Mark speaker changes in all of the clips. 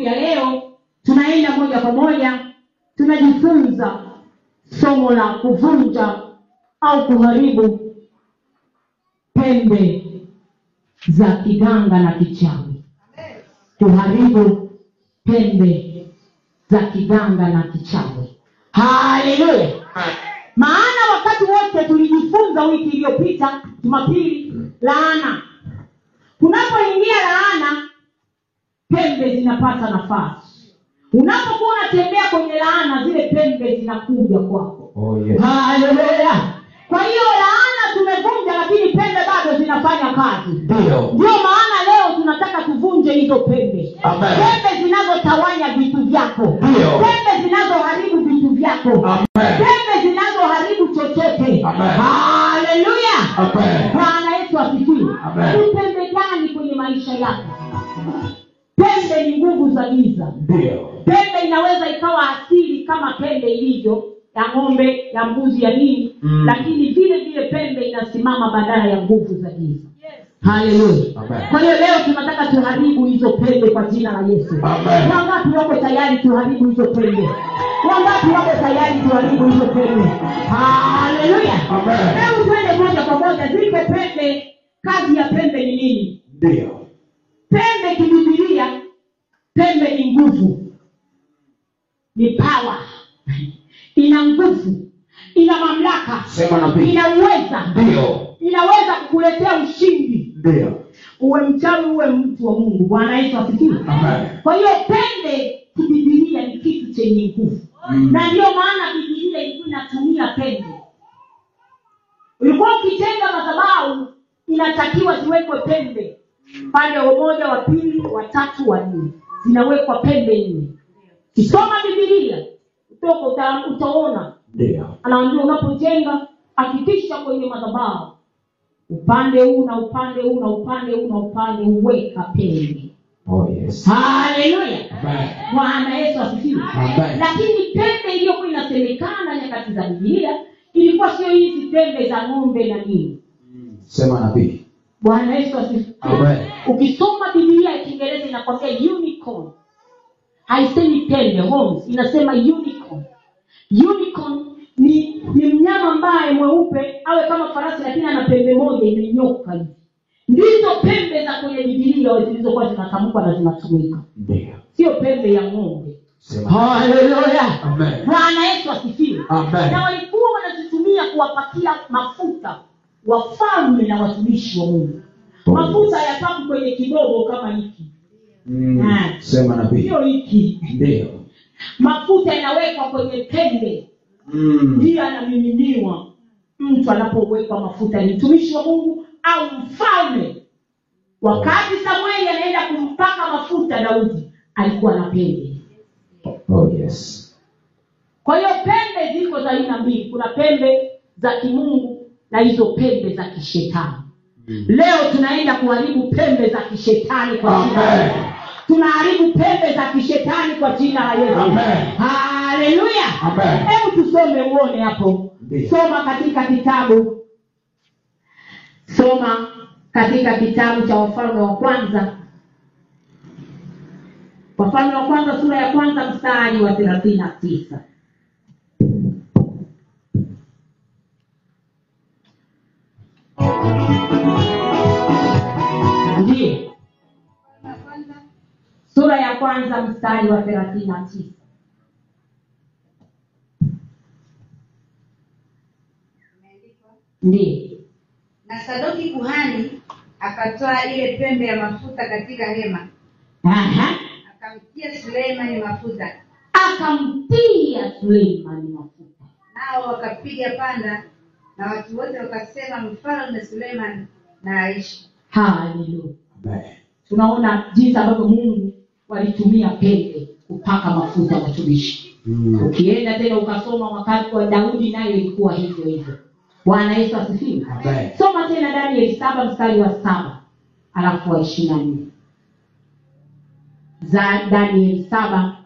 Speaker 1: ya leo tunaenda moja kwa moja, tunajifunza somo la kuvunja au kuharibu pembe za kiganga na kichawi. Kuharibu pembe za kiganga na kichawi. Haleluya!
Speaker 2: Oh,
Speaker 1: Maana wakati wote tulijifunza wiki iliyopita Jumapili, laana. Kunapoingia laana, pembe zinapata nafasi. Unapokuwa unatembea kwenye laana, zile pembe zinakuja kwako.
Speaker 2: Oh, yes.
Speaker 1: Haleluya! Kwa hiyo laana tumevunja, lakini pembe bado zinafanya kazi.
Speaker 2: Ndio.
Speaker 1: Ndiyo maana leo tunataka tuvunje hizo pembe,
Speaker 2: Amen.
Speaker 1: pembe zinazotawanya vitu vyako,
Speaker 2: Ndiyo.
Speaker 1: pembe zinazoharibu vitu vyako,
Speaker 2: Amen.
Speaker 1: pembe zinazoharibu chochote.
Speaker 2: Amen.
Speaker 1: Haleluya!
Speaker 2: Amen.
Speaker 1: Bwana Yesu asifiwe.
Speaker 2: Amen.
Speaker 1: Ni pembe gani kwenye maisha yako? Pembe ni nguvu za giza.
Speaker 2: Ndio.
Speaker 1: Pembe inaweza ikawa asili kama pembe ilivyo ya ng'ombe, ya mbuzi, ya nini,
Speaker 2: Mm.
Speaker 1: lakini vile vile pembe inasimama badala ya nguvu za giza. Haleluya!
Speaker 2: Amen.
Speaker 1: Kwa hiyo leo tunataka tuharibu hizo pembe kwa jina la Yesu.
Speaker 2: Amen.
Speaker 1: Wangapi wako tayari tuharibu hizo pembe? Wangapi wako tayari tuharibu hizo pembe? Haleluya!
Speaker 2: Amen.
Speaker 1: Hebu twende moja kwa moja, ziko pembe. Kazi ya pembe ni nini?
Speaker 2: Ndio.
Speaker 1: Pembe kibibilia, pembe ni nguvu, ni pawa, ina nguvu, ina mamlaka,
Speaker 2: Sema nabii.
Speaker 1: ina uweza,
Speaker 2: Ndio.
Speaker 1: inaweza kukuletea ushindi
Speaker 2: Ndio.
Speaker 1: uwe mchawi uwe mtu wa mungu bwana yesu asifiwe
Speaker 2: Amen.
Speaker 1: kwa hiyo pembe kibibilia ni kitu chenye nguvu
Speaker 2: Mm.
Speaker 1: na ndiyo maana bibilia ilikuwa inatumia pembe ulikuwa ukitenga madhabahu inatakiwa ziwekwe pembe pande wa moja wa pili wa tatu wa nne zinawekwa pembe nne kisoma bibilia utoka uta- utaona
Speaker 2: Ndio.
Speaker 1: anaambia unapojenga hakikisha kwenye madhabahu upande huu na upande huu na upande huu na upande huu weka pembe
Speaker 2: Oh, yes.
Speaker 1: haleluya
Speaker 2: Amen.
Speaker 1: bwana yesu asifiwe
Speaker 2: Amen.
Speaker 1: lakini pembe iliyokuwa inasemekana nyakati za bibilia ilikuwa sio hizi pembe za ng'ombe na nini
Speaker 2: Sema nabii.
Speaker 1: bwana yesu asifiwe
Speaker 2: Amen.
Speaker 1: ukisoma bibilia ya kiingereza inakwambia unicorn haisemi pembe Holmes, inasema unicorn unicorn ni ni mnyama ambaye mweupe awe kama farasi lakini ana pembe moja imenyoka hivi ndizo pembe za kwenye bibilia zilizokuwa zinatamkwa na zinatumika
Speaker 2: Ndio.
Speaker 1: sio pembe ya ng'ombe
Speaker 2: Sema.
Speaker 1: haleluya
Speaker 2: Amen.
Speaker 1: bwana yesu asifiwe na
Speaker 2: Amen.
Speaker 1: walikuwa wanazitumia kuwapakia mafuta wafalme na watumishi wa mungu mafuta yapaki kwenye kidogo kama hiki
Speaker 2: Mm. Sema nabii.
Speaker 1: sio hiki
Speaker 2: Ndio.
Speaker 1: mafuta yanawekwa kwenye pembe
Speaker 2: Mm.
Speaker 1: ndiyo yanamiminiwa mtu anapowekwa mafuta ni mtumishi wa mungu au mfalme wakati samueli anaenda kumpaka mafuta daudi alikuwa na pembe
Speaker 2: Oh, yes.
Speaker 1: kwa hiyo pembe ziko za aina mbili kuna pembe za kimungu na hizo pembe za kishetani
Speaker 2: Mm.
Speaker 1: leo tunaenda kuharibu pembe za kishetani kwa jina la
Speaker 2: Amen.
Speaker 1: yesu tunaharibu pembe za kishetani kwa jina la yesu
Speaker 2: Amen.
Speaker 1: haleluya
Speaker 2: Amen.
Speaker 1: hebu tusome uone hapo
Speaker 2: Ndiyo.
Speaker 1: soma katika kitabu soma katika kitabu cha wafalme wa kwanza wafalme wa kwanza sura ya kwanza mstari wa thelathini na tisa ndiyo sura ya kwanza mstari wa thelathini na tisa ndiyo
Speaker 3: na sadoki kuhani akatoa ile pembe ya mafuta katika hema
Speaker 1: Aha.
Speaker 3: akamtia suleimani mafuta
Speaker 1: akamtia suleimani mafuta
Speaker 3: nao wakapiga panda na watu wote wakasema mfalme suleiman na aishi
Speaker 1: haleluya
Speaker 2: Amen.
Speaker 1: tunaona jinsi ambavyo mungu walitumia pembe kupaka mafuta watumishi
Speaker 2: Mm.
Speaker 1: ukienda tena ukasoma wakati wa daudi nayo ilikuwa hivyo hivyo bwana yesu asifiwe
Speaker 2: Amen.
Speaker 1: soma tena danieli saba mstari wa saba alafu wa ishiri na nne za danieli saba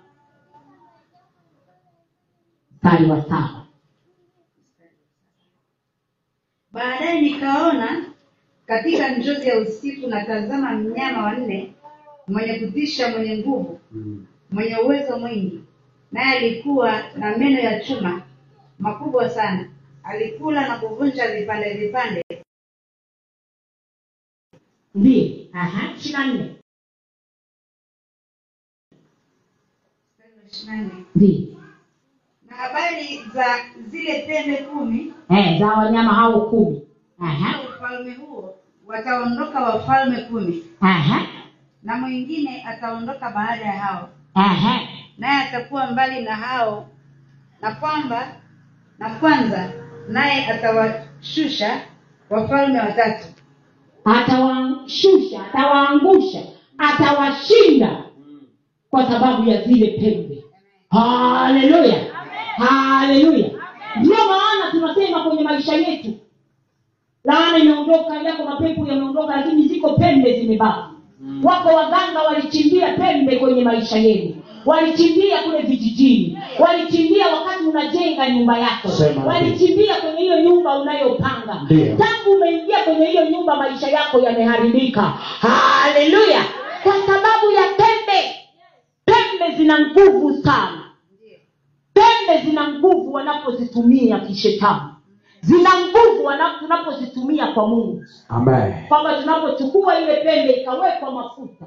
Speaker 1: mstari wa saba
Speaker 3: baadaye nikaona katika njozi ya usiku na tazama mnyama wa nne mwenye kutisha mwenye nguvu
Speaker 2: Mm.
Speaker 3: mwenye uwezo mwingi naye alikuwa na meno ya chuma makubwa sana alikula na kuvunja vipande vipande
Speaker 1: ndiyo ishiri na nne
Speaker 3: ishirini na nne.
Speaker 1: ndiyo
Speaker 3: na habari za zile pembe kumi
Speaker 1: eh, za wanyama hao kumi Aha,
Speaker 3: ufalme huo wataondoka wafalme kumi
Speaker 1: aha,
Speaker 3: na mwingine ataondoka baada ya hao
Speaker 1: aha.
Speaker 3: naye atakuwa mbali na hao na kwamba na kwanza naye atawashusha wafalme watatu
Speaker 1: atawashusha atawaangusha atawashinda kwa sababu ya zile pembe haleluya haleluya ndio maana tunasema kwenye maisha yetu laana imeondoka yako mapepo yameondoka lakini ziko pembe zimebaki wako waganga walichimbia pembe kwenye maisha yenu walichimbia kule vijijini walichimbia wakati unajenga nyumba yako
Speaker 2: Sema.
Speaker 1: walichimbia kwenye hiyo nyumba unayopanga
Speaker 2: Ndiyo.
Speaker 1: tangu umeingia kwenye hiyo nyumba maisha yako yameharibika haleluya kwa sababu ya pembe pembe zina nguvu sana pembe zina nguvu wanapozitumia kishetani zina nguvu wana- tunapozitumia kwa mungu
Speaker 2: ambaye
Speaker 1: kwamba tunapochukua ile pembe ikawekwa mafuta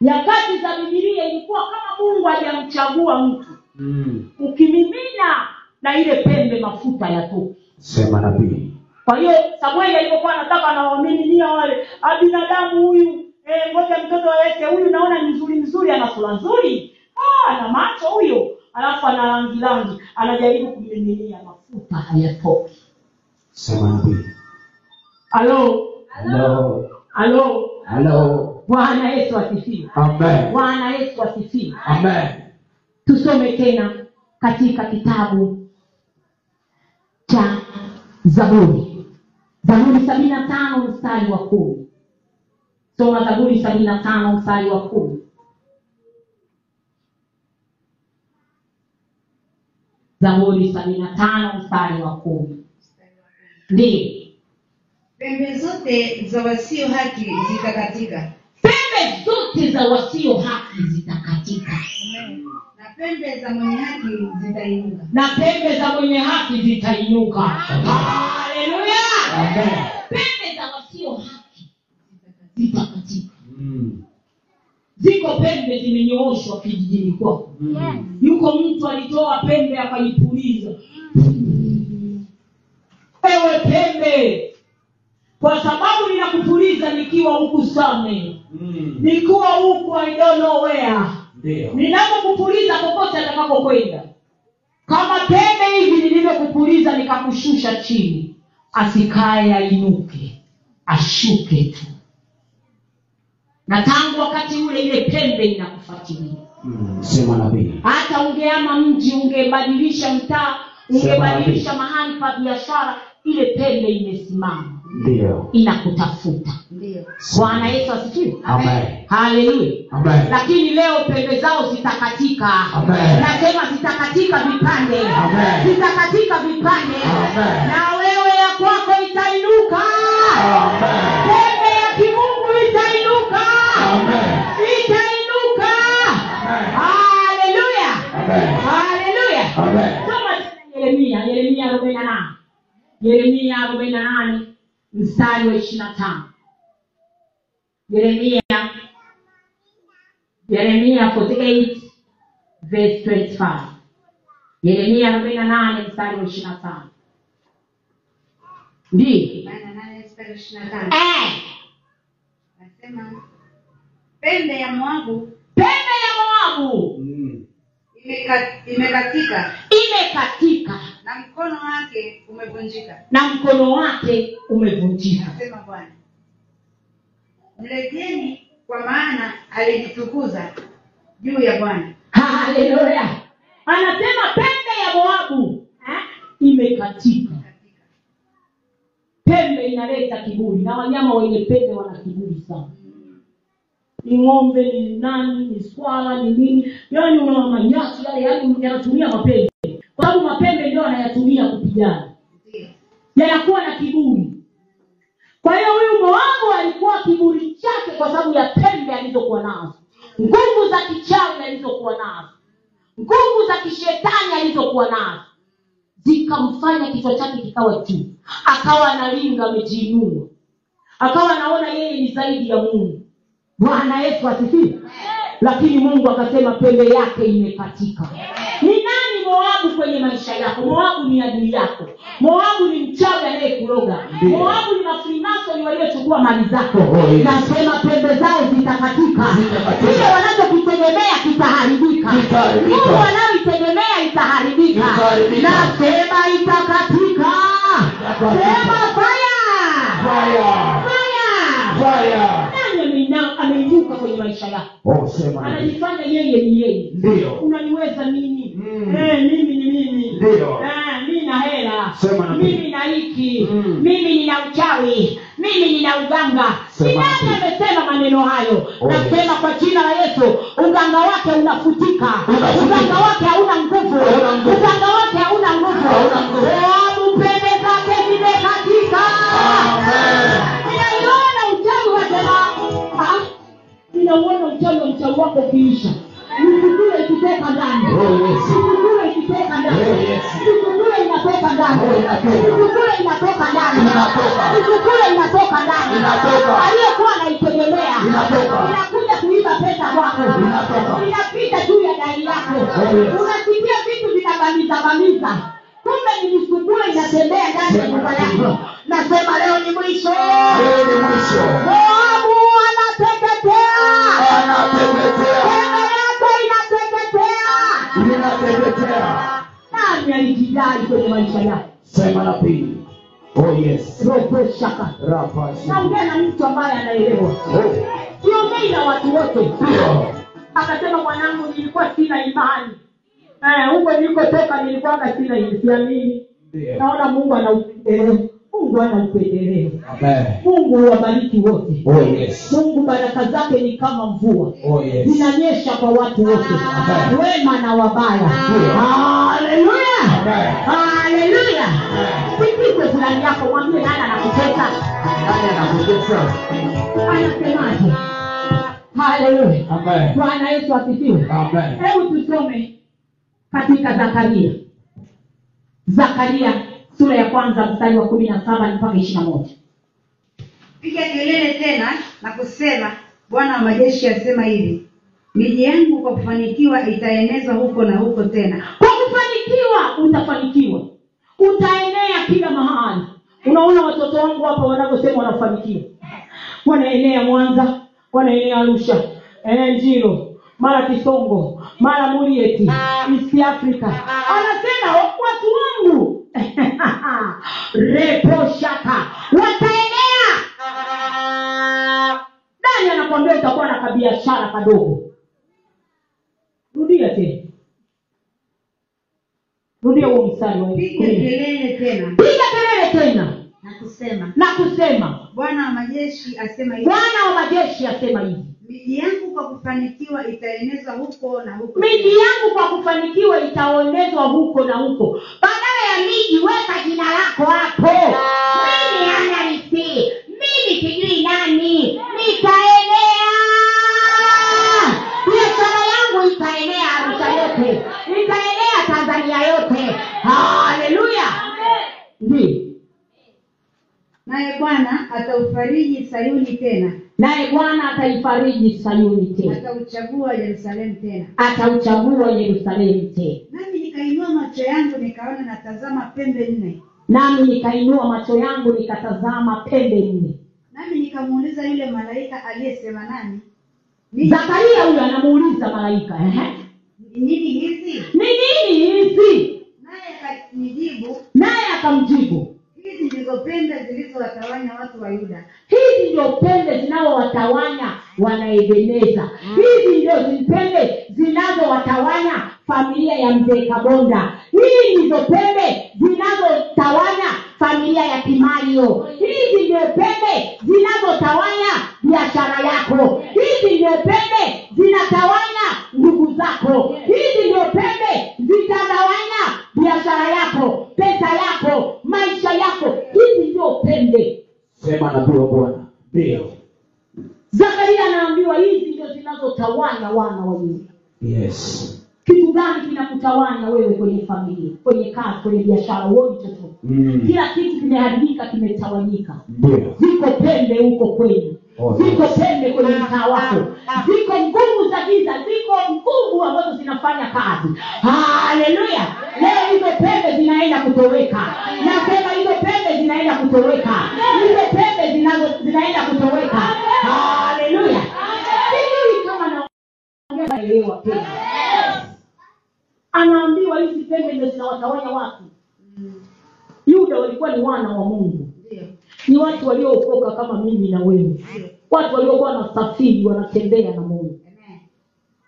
Speaker 1: nyakati za bibilia ilikuwa kama mungu hajamchagua mtu
Speaker 2: Mm.
Speaker 1: ukimimina na ile pembe mafuta yatoka
Speaker 2: sema nabii
Speaker 1: kwa hiyo samueli alipokuwa anataka anawamiminia wale "Ah, binadamu huyu eh, ngoja mtoto aweke huyu naona ni mzuri mzuri ana sura nzuri Ah, ana macho huyo alafu ana rangi rangi anajaribu kumiminia mafuta hayatoki
Speaker 2: sema nabii
Speaker 1: alo
Speaker 2: halo
Speaker 1: alo
Speaker 2: halo
Speaker 1: bwana yesu asifiwe
Speaker 2: ambaye
Speaker 1: bwana yesu asifiwe
Speaker 2: ambaye
Speaker 1: tusome tena katika kitabu cha zaburi zaburi sabini na tano mstari wa kumi soma zaburi sabini na tano mstari wa kumi zaburi sabini na tano mstari wa kumi ndiyo
Speaker 3: pembe zote za wasio haki zitakatika
Speaker 1: pembe zote za wasio haki zitakatika
Speaker 3: na pembe za mwenye haki zitainuka
Speaker 1: na pembe za mwenye haki zitainuka haleluya
Speaker 2: Amen.
Speaker 1: pembe za wasio haki zitakatika
Speaker 2: Mm.
Speaker 1: ziko pembe zimenyooshwa kijijini kwako
Speaker 2: Mm.
Speaker 1: yuko mtu alitoa pembe akaipuliza ewe pembe kwa sababu ninakupuliza nikiwa huku same
Speaker 2: Mm.
Speaker 1: nikiwa huku I don't know where
Speaker 2: Ndiyo.
Speaker 1: ninapokupuliza popote atakapokwenda kama pembe hivi nilivyokupuliza nikakushusha chini asikaye ainuke ashuke tu na tangu wakati ule ile pembe inakufuatilia
Speaker 2: Mm. sema nabii
Speaker 1: hata ungeama mji ungebadilisha mtaa ungebadilisha mahali pa biashara ile pembe imesimama
Speaker 2: ndiyo
Speaker 1: inakutafuta
Speaker 3: ndiyo
Speaker 1: bwana yesu asifiwe
Speaker 2: ambaye
Speaker 1: haleluya
Speaker 2: ambaye
Speaker 1: lakini leo pembe zao zitakatika
Speaker 2: Amen.
Speaker 1: nasema zitakatika vipande
Speaker 2: Amen.
Speaker 1: zitakatika vipande
Speaker 2: Amen.
Speaker 1: na wewe ya kwako itainuka
Speaker 2: Amen.
Speaker 1: pembe ya kimungu itainuka
Speaker 2: Amen.
Speaker 1: itainuka
Speaker 2: Amen.
Speaker 1: haleluya
Speaker 2: Amen.
Speaker 1: haleluya
Speaker 2: Amen.
Speaker 1: soma tena yeremia yeremia arobaini na nane yeremia arobaini na nane mstari wa ishiri na tano yeremia yeremia 48 verse 25 yeremia arobaini na nane mstari wa ishiri na tano ndiyo
Speaker 3: maana nane mstari ishirini na tano
Speaker 1: eh,
Speaker 3: nasema pembe ya moabu
Speaker 1: pembe ya moabu
Speaker 2: Mm.
Speaker 3: imeka- imekatika
Speaker 1: imekatika
Speaker 3: na mkono wake umevunjika
Speaker 1: na mkono wake umevunjika
Speaker 3: nasema bwana mlegeni kwa maana alijitukuza juu ya bwana
Speaker 1: haleluya anasema pembe ya moabu eh, imekatika
Speaker 3: Katika.
Speaker 1: pembe inaleta kiburi na wanyama wenye pembe wana kiburi sana ni ng'ombe ni nani ni swala ni nini yaani una manyasi yale yaani yanatumia mapembe kwa sababu mapembe ndio anayatumia kupigana
Speaker 3: Ndiyo.
Speaker 1: yanakuwa na kiburi kwa hiyo huyu moabu alikuwa kiburi chake kwa sababu ya pembe alizokuwa nazo nguvu za kichawi alizokuwa nazo nguvu za kishetani alizokuwa nazo zikamfanya kichwa chake kikawa juu akawa analinga amejiinua akawa anaona yeye ni zaidi ya mungu bwana yesu asifiwe lakini mungu akasema pembe yake imekatika ni nani moabu kwenye maisha yako moabu ni adui yako moabu ni mchawi anayekuroga
Speaker 2: Ndiyo.
Speaker 1: moabu ni mafrimasoni waliochukua mali zako
Speaker 2: Oh, yes.
Speaker 1: nasema pembe zao zitakatika
Speaker 2: Zitakatika.
Speaker 1: kile wanachokitegemea kitaharibika
Speaker 2: Kitaharibika.
Speaker 1: mungu wanaoitegemea itaharibika
Speaker 2: Itaharibika.
Speaker 1: nasema itakatika
Speaker 2: Itakatika.
Speaker 1: sema faya
Speaker 2: Fire.
Speaker 1: faya
Speaker 2: Fire.
Speaker 1: nani ameinua- ameinuka kwenye maisha yako
Speaker 2: Oh, sema ndio.
Speaker 1: anajifanya yeye ni yeye
Speaker 2: Ndio.
Speaker 1: unaniweza mimi
Speaker 2: Mm.
Speaker 1: Eh, mimi ni mimi
Speaker 2: Ndio.
Speaker 1: Eh, mi na hela
Speaker 2: Sema na
Speaker 1: mimi
Speaker 2: mimi.
Speaker 1: na hiki
Speaker 2: Mm.
Speaker 1: mimi nina uchawi mimi nina uganga
Speaker 2: Sema
Speaker 1: ni
Speaker 2: na
Speaker 1: nani
Speaker 2: mimi.
Speaker 1: amesema maneno hayo
Speaker 2: Oh,
Speaker 1: nasema kwa jina la yesu uganga wake unafutika
Speaker 2: Unafutika.
Speaker 1: uganga wake hauna nguvu
Speaker 2: Hauna nguvu.
Speaker 1: uganga wake hauna nguvu
Speaker 2: Hauna nguvu.
Speaker 1: Moabu pembe zake zimekatika
Speaker 2: Amen.
Speaker 1: ninaiona uchawi wa jamaa Ah, ninauona uchawi wa mchawi wako ukiisha nikukule ikiteka ndani
Speaker 2: Oh, yes.
Speaker 1: nikukule ikiteka ndani
Speaker 2: Oh, yes.
Speaker 1: nikukule inatoka ndani
Speaker 2: Oh, inatoka.
Speaker 1: nikukule inatoka ndani
Speaker 2: Inatoka.
Speaker 1: nikukule inatoka ndani
Speaker 2: Inatoka.
Speaker 1: aliyokuwa anaitegemea
Speaker 2: Inatoka.
Speaker 1: inakuja kuiba pesa kwako
Speaker 2: Inatoka.
Speaker 1: inapita juu ya dari yako
Speaker 2: Oh, yes.
Speaker 1: unasikia vitu vinabamiza bamiza kumbe ni misugule inatembea ndani ya nyumba yako nasema leo ni mwisho
Speaker 2: Leo ni mwisho.
Speaker 1: moabu anateketea
Speaker 2: Anateketea.
Speaker 1: Pembe yako inateketea
Speaker 2: Inateketea.
Speaker 1: nani alijidai kwenye maisha yako
Speaker 2: Sema na pili. Oh, yes.
Speaker 1: robo shaka
Speaker 2: Rapashi.
Speaker 1: naongea na mtu ambaye anaelewa
Speaker 2: Oh.
Speaker 1: siongei na watu wote
Speaker 2: Ndio.
Speaker 1: akasema mwanangu nilikuwa sina imani Eh, huko nilikotoka nilikuwaga sina imani, siamini
Speaker 2: Ndio.
Speaker 1: naona mungu ana upendeleo mungu ana upendeleo
Speaker 2: Amen.
Speaker 1: mungu huwabariki wote
Speaker 2: Oh, yes.
Speaker 1: mungu baraka zake ni kama mvua
Speaker 2: Oh, yes.
Speaker 1: zinanyesha kwa watu wote
Speaker 2: Amen.
Speaker 1: wema na wabaya
Speaker 2: Ndio.
Speaker 1: haleluya
Speaker 2: Amen.
Speaker 1: haleluya sikize fulani yako mwambie nani anakutesa
Speaker 2: Nani anakutetea?
Speaker 1: anasemaje haleluya
Speaker 2: Amen.
Speaker 1: bwana yesu asifiwe
Speaker 2: Amen.
Speaker 1: hebu tusome katika zakaria zakaria sura ya kwanza mstari wa kumi na saba mpaka ishiri na moja
Speaker 3: piga kelele tena na kusema bwana wa majeshi asema hivi miji yangu kwa kufanikiwa itaenezwa huko na huko tena
Speaker 1: kwa kufanikiwa utafanikiwa utaenea kila mahali unaona watoto wangu hapa wanavyosema wanafanikiwa wanaenea mwanza wanaenea arusha eh, njiro mara kisongo mara murieti east africa anasema watu wangu reposhaka wataenea nani anakwambia utakuwa na kabiashara kadogo rudia tena rudia huo mstari wa
Speaker 3: piga kelele tena
Speaker 1: piga kelele tena
Speaker 3: na kusema
Speaker 1: na kusema
Speaker 3: bwana wa majeshi asema hivi
Speaker 1: bwana wa majeshi asema hivi
Speaker 3: miji yangu kwa kufanikiwa itaenezwa huko na huko
Speaker 1: miji yangu kwa kufanikiwa itaonezwa huko na huko badala ya miji weka jina lako hapo mimi analisi mimi sijui nani nitaenea biashara yangu itaenea arusha yote itaenea tanzania yote haleluya ndiyo
Speaker 3: naye bwana ataufariji sayuni tena
Speaker 1: naye bwana ataifariji sayuni tena
Speaker 3: atauchagua yerusalemu tena
Speaker 1: atauchagua yerusalemu tena
Speaker 3: nami nikainua macho yangu nikaona natazama pembe nne
Speaker 1: nami nikainua macho yangu nikatazama pembe nne
Speaker 3: nami nikamuuliza yule malaika aliyesema nami "Ni-
Speaker 1: zakaria huyo anamuuliza malaika ehe,
Speaker 3: ni nini hizi
Speaker 1: ni nini hizi
Speaker 3: naye akanijibu
Speaker 1: naye akamjibu
Speaker 3: hizi ndizo pembe zilizowatawanya watu wa yuda
Speaker 1: hizi ndio pembe zinaowatawanya wanaebeneza hizi ndio zi- pembe zinazowatawanya familia ya mzee kabonda hizi ndizo pembe zinazotawanya familia ya kimario hizi ndio pembe zinazotawanya biashara yako hizi ndio pembe zinatawanya ndugu zako hizi ndio pembe zitatawanya biashara yako pesa yako maisha yako hizi ndio pembe
Speaker 2: Sema nabii wa Bwana. Ndio.
Speaker 1: zakaria anaambiwa hizi ndio zinazotawanya wana wa yuda
Speaker 2: Yes.
Speaker 1: kitu gani kinakutawanya wewe kwenye familia kwenye kazi kwenye biashara uoni chochote
Speaker 2: Mm.
Speaker 1: kila kitu kimeharibika kimetawanyika
Speaker 2: Ndio.
Speaker 1: ziko pembe huko kwenu
Speaker 2: Oh,
Speaker 1: ziko
Speaker 2: yes.
Speaker 1: pembe kwenye mtaa wako ziko nguvu za giza ziko nguvu ambazo zinafanya kazi haleluya leo hizo pembe zinaenda kutoweka nasema hizo pembe zinaenda kutoweka hizo pembe zinazo- zinaenda kutoweka haleluya sijui kama na naelewa pembe anaambiwa hizi pembe ndio zinawatawanya watu yuda walikuwa ni wana wa mungu
Speaker 3: Ndio.
Speaker 1: ni watu waliookoka kama mimi na wewe watu waliokuwa wanasafiri wanatembea na mungu
Speaker 3: Amen.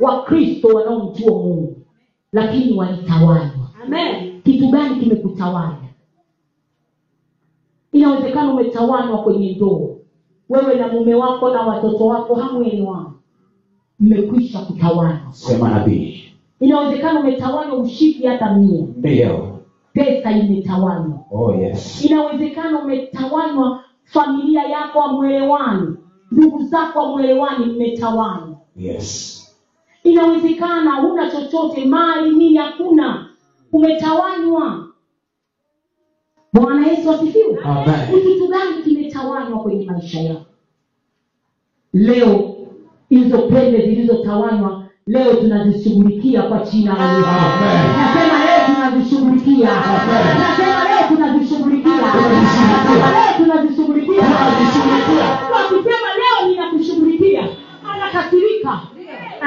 Speaker 1: wakristo wanaomjua mungu lakini walitawanywa
Speaker 3: Amen.
Speaker 1: kitu gani kimekutawanya inawezekana umetawanywa kwenye ndoa wewe na mume wako na watoto wako hamuelewani mmekwisha kutawanywa
Speaker 2: Sema nabii.
Speaker 1: inawezekana umetawanywa ushiki hata mia
Speaker 2: Ndio.
Speaker 1: pesa imetawanywa
Speaker 2: Oh yes.
Speaker 1: inawezekana umetawanywa familia yako amwelewani ndugu zako amwelewani mmetawanywa
Speaker 2: Yes.
Speaker 1: inawezekana huna chochote mali nini hakuna umetawanywa bwana yesu asifiwe
Speaker 2: Amen.
Speaker 1: ni kitu gani kimetawanywa kwenye maisha yako leo hizo pembe zilizotawanywa leo tunazishughulikia kwa jina la yesu
Speaker 2: Amen.
Speaker 1: nasema leo tunazishughulikia
Speaker 2: Amen.
Speaker 1: nasema leo tunazishughulikia nasema leo tunazishughulikia
Speaker 2: Tunazishughulikia.
Speaker 1: Mtu akisema leo ninakushughulikia anakasirika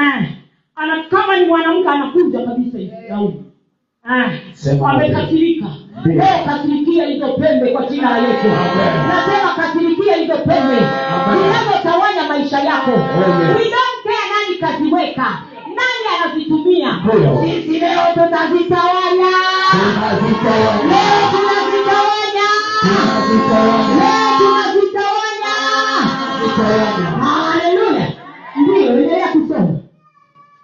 Speaker 1: Eh, ana kama ni mwanamke anakuja kabisa hivi Daudi
Speaker 2: Sema
Speaker 1: amekasirika
Speaker 2: Ndio.
Speaker 1: leo kasirikia hizo pembe kwa jina la yesu
Speaker 2: Amen.
Speaker 1: nasema kasirikia hizo pembe
Speaker 2: Amen.
Speaker 1: zinazotawanya maisha yako
Speaker 2: Amen.
Speaker 1: We don't care nani kaziweka nani anazitumia
Speaker 2: Ndio.
Speaker 1: sisi leo tutazitawanya
Speaker 2: Tunazitawanya.
Speaker 1: leo tunazitawanya
Speaker 2: Tunazitawanya.
Speaker 1: leo tunazitawanya
Speaker 2: Tunazitawanya.
Speaker 1: haleluya ndiyo endelea kusema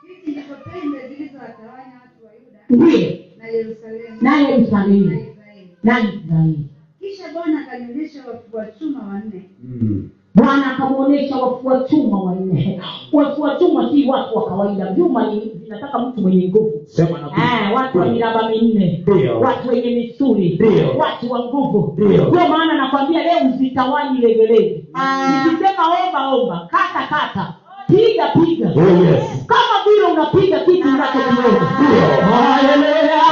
Speaker 3: Hizi ndizo pembe zilizowatawanya watu wa Yuda
Speaker 1: ndiyo
Speaker 3: na Yerusalemu na
Speaker 1: naye israeli
Speaker 3: Israeli.
Speaker 1: na israeli
Speaker 3: Kisha Bwana akanionyesha wafua chuma wanne
Speaker 2: Mm.
Speaker 1: bwana akamwonyesha wafua chuma wanne wafua chuma si watu wa kawaida vyuma ni- vinataka mtu mwenye nguvu
Speaker 2: Sema nabii.
Speaker 1: Eh, watu wa miraba minne
Speaker 2: Ndio.
Speaker 1: watu wenye misuri
Speaker 2: Ndio.
Speaker 1: watu wa nguvu
Speaker 2: Ndio.
Speaker 1: ndio maana nakwambia leo usitawani legelege nikisema omba omba kata kata piga piga
Speaker 2: Oh yes.
Speaker 1: kama vile unapiga kitu unachokiona Haleluya.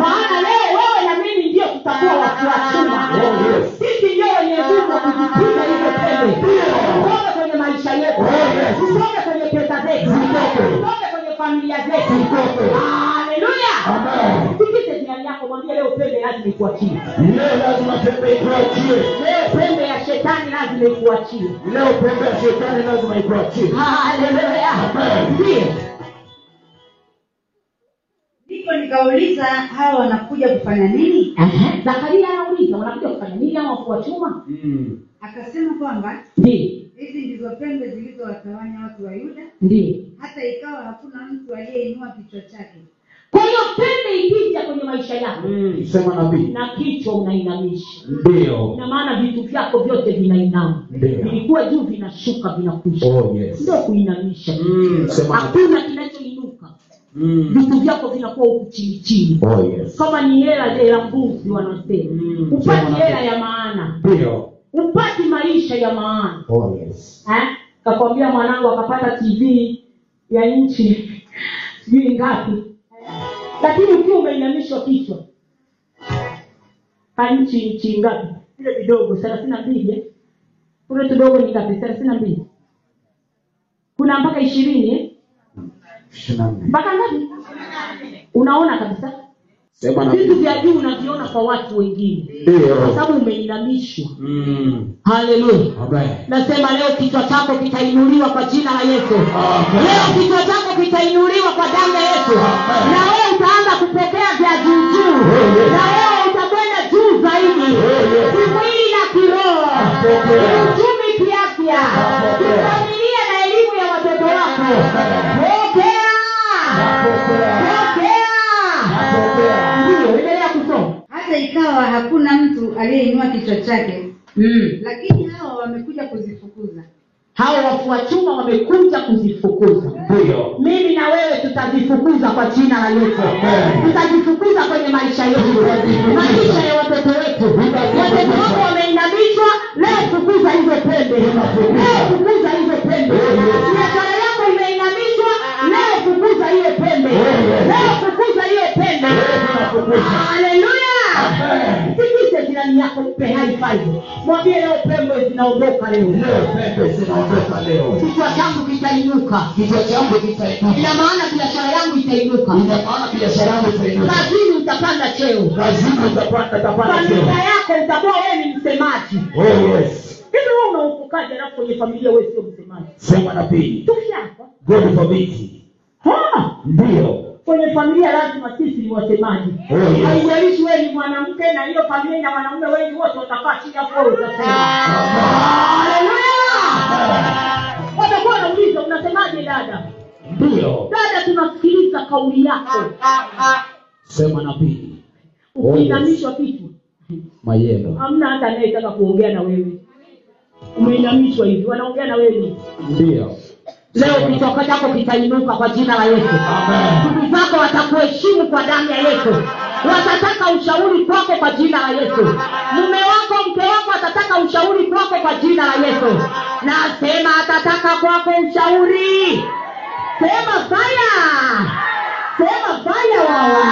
Speaker 1: maana leo wewe na mimi ndio tutakuwa watu wa chuma
Speaker 2: Oh, yes.
Speaker 1: sisi ndio wenye nguvu wa kuzipiga hizo pembe utoke kwenye maisha yetu
Speaker 2: Oh, yes.
Speaker 1: utoke kwenye pesa zetu
Speaker 2: Zitoke.
Speaker 1: utoke kwenye familia zetu
Speaker 2: Zitoke.
Speaker 1: haleluya
Speaker 2: Amen.
Speaker 1: sikize jirani yako mwambie leo pembe lazima ikuachie
Speaker 2: Leo lazima pembe ikuachie.
Speaker 1: leo pembe ya shetani lazima ikuachie
Speaker 2: Leo pembe ya shetani lazima ikuachie.
Speaker 1: haleluya
Speaker 2: Amen.
Speaker 1: ndio
Speaker 3: ndipo nikauliza hawa wanakuja kufanya nini
Speaker 1: Aha. zakaria anauliza wanakuja kufanya nini ama wafua chuma
Speaker 2: Mm.
Speaker 3: akasema kwamba
Speaker 1: ndiyo
Speaker 3: hizi ndizo pembe zilizowatawanya watu wa Yuda
Speaker 1: ndiyo
Speaker 3: hata ikawa hakuna mtu aliyeinua kichwa chake
Speaker 1: kwa hiyo pembe ikija kwenye maisha yako
Speaker 2: Mm. Sema nabii.
Speaker 1: na kichwa unainamisha
Speaker 2: Ndio.
Speaker 1: ina maana vitu vyako vyote vinainama
Speaker 2: Ndio.
Speaker 1: vilikuwa juu vinashuka vinakusha
Speaker 2: Oh yes.
Speaker 1: sio kuinamisha
Speaker 2: Mm. Sema nabii.
Speaker 1: hakuna kinachoinuka
Speaker 2: Mm.
Speaker 1: vitu vyako vinakuwa huku chini chini
Speaker 2: Oh yes.
Speaker 1: kama ni hela hela mbuzi wanasema
Speaker 2: Mm.
Speaker 1: upati
Speaker 2: Sema
Speaker 1: hela
Speaker 2: nabii.
Speaker 1: ya maana
Speaker 2: Ndio.
Speaker 1: upati maisha ya maana
Speaker 2: Oh yes.
Speaker 1: Eh? kakwambia mwanangu akapata tv ya nchi sijui ngapi lakini ukiwa umeinamishwa kichwa ka nchi nchi ngapi vile vidogo thelathini na mbili eh? kule tudogo ni ngapi thelathini na mbili kuna mpaka ishirini eh?
Speaker 2: Shina mimi.
Speaker 1: mpaka ngapi unaona kabisa
Speaker 2: Sema
Speaker 1: vitu
Speaker 2: nabii.
Speaker 1: vya juu unaviona kwa watu wengine kwa
Speaker 2: Ndio.
Speaker 1: sababu umeinamishwa
Speaker 2: Mm.
Speaker 1: haleluya
Speaker 2: Amen.
Speaker 1: nasema leo kichwa chako kitainuliwa kwa jina la yesu leo kichwa chako kitainuliwa kwa damu ya yesu na wewe utaanza kupokea vya juujuu na wewe utakwenda juu zaidi kimwili na kiroho kiuchumi kiafya kifamilia na elimu ya watoto wako pokea pokea ndiyo endelea kusoma
Speaker 3: hata ikawa hakuna mtu aliyeinua kichwa chake
Speaker 1: Mm.
Speaker 3: lakini hawa wamekuja kuzifukuza
Speaker 1: hao wafua chuma wamekuja kuzifukuza
Speaker 2: ndiyo
Speaker 1: mimi na wewe tutazifukuza kwa jina la yesu
Speaker 2: Amen.
Speaker 1: tutazifukuza kwenye maisha yetu maisha ya watoto wetu watoto wako wameinamishwa leo fukuza hizo pembe leo fukuza hizo pembe biashara yako imeinamishwa leo fukuza hiyo pembe leo fukuza hiyo pembe haleluya tikise jirani yako mpe high five mwambie leo pembe zinaondoka leo
Speaker 2: leo pembe zinaondoka leo
Speaker 1: kichwa changu kitainuka
Speaker 2: kichwa changu kitainuka
Speaker 1: ina maana biashara yangu itainuka
Speaker 2: ina maana biashara yangu itainuka
Speaker 1: kazini utapanda cheo
Speaker 2: lazima utapata tapata
Speaker 1: familia
Speaker 2: cheo
Speaker 1: yako utakuwa wewe ni msemaji
Speaker 2: Oh, yes
Speaker 1: hivi wewe unaupukaje alafu kwenye familia wewe sio msemaji
Speaker 2: sema nabii
Speaker 1: tushapa
Speaker 2: god forbid ndiyo
Speaker 1: kwenye familia lazima sisi ni wasemaji
Speaker 2: Oh, yes.
Speaker 1: haijalishi wewe ni mwanamke na hiyo familia ina wanaume wengi wote watakaa chini hapo wewe utasema Haleluya! watakuwa wanauliza unasemaje dada
Speaker 2: ndiyo
Speaker 1: dada tunasikiliza kauli yako
Speaker 2: sema nabii
Speaker 1: ukiinamishwa kichwa
Speaker 2: mayelo
Speaker 1: hamna hata anayetaka kuongea na wewe umeinamishwa hivi wanaongea na wewe
Speaker 2: ndiyo
Speaker 1: leo kichwa chako kitainuka kwa jina la yesu
Speaker 2: Amen.
Speaker 1: ndugu zako watakuheshimu kwa damu ya yesu watataka ushauri kwako kwa jina la yesu mume wako mke wako atataka ushauri kwako kwa jina la yesu nasema atataka kwako ushauri sema faya sema faya wawa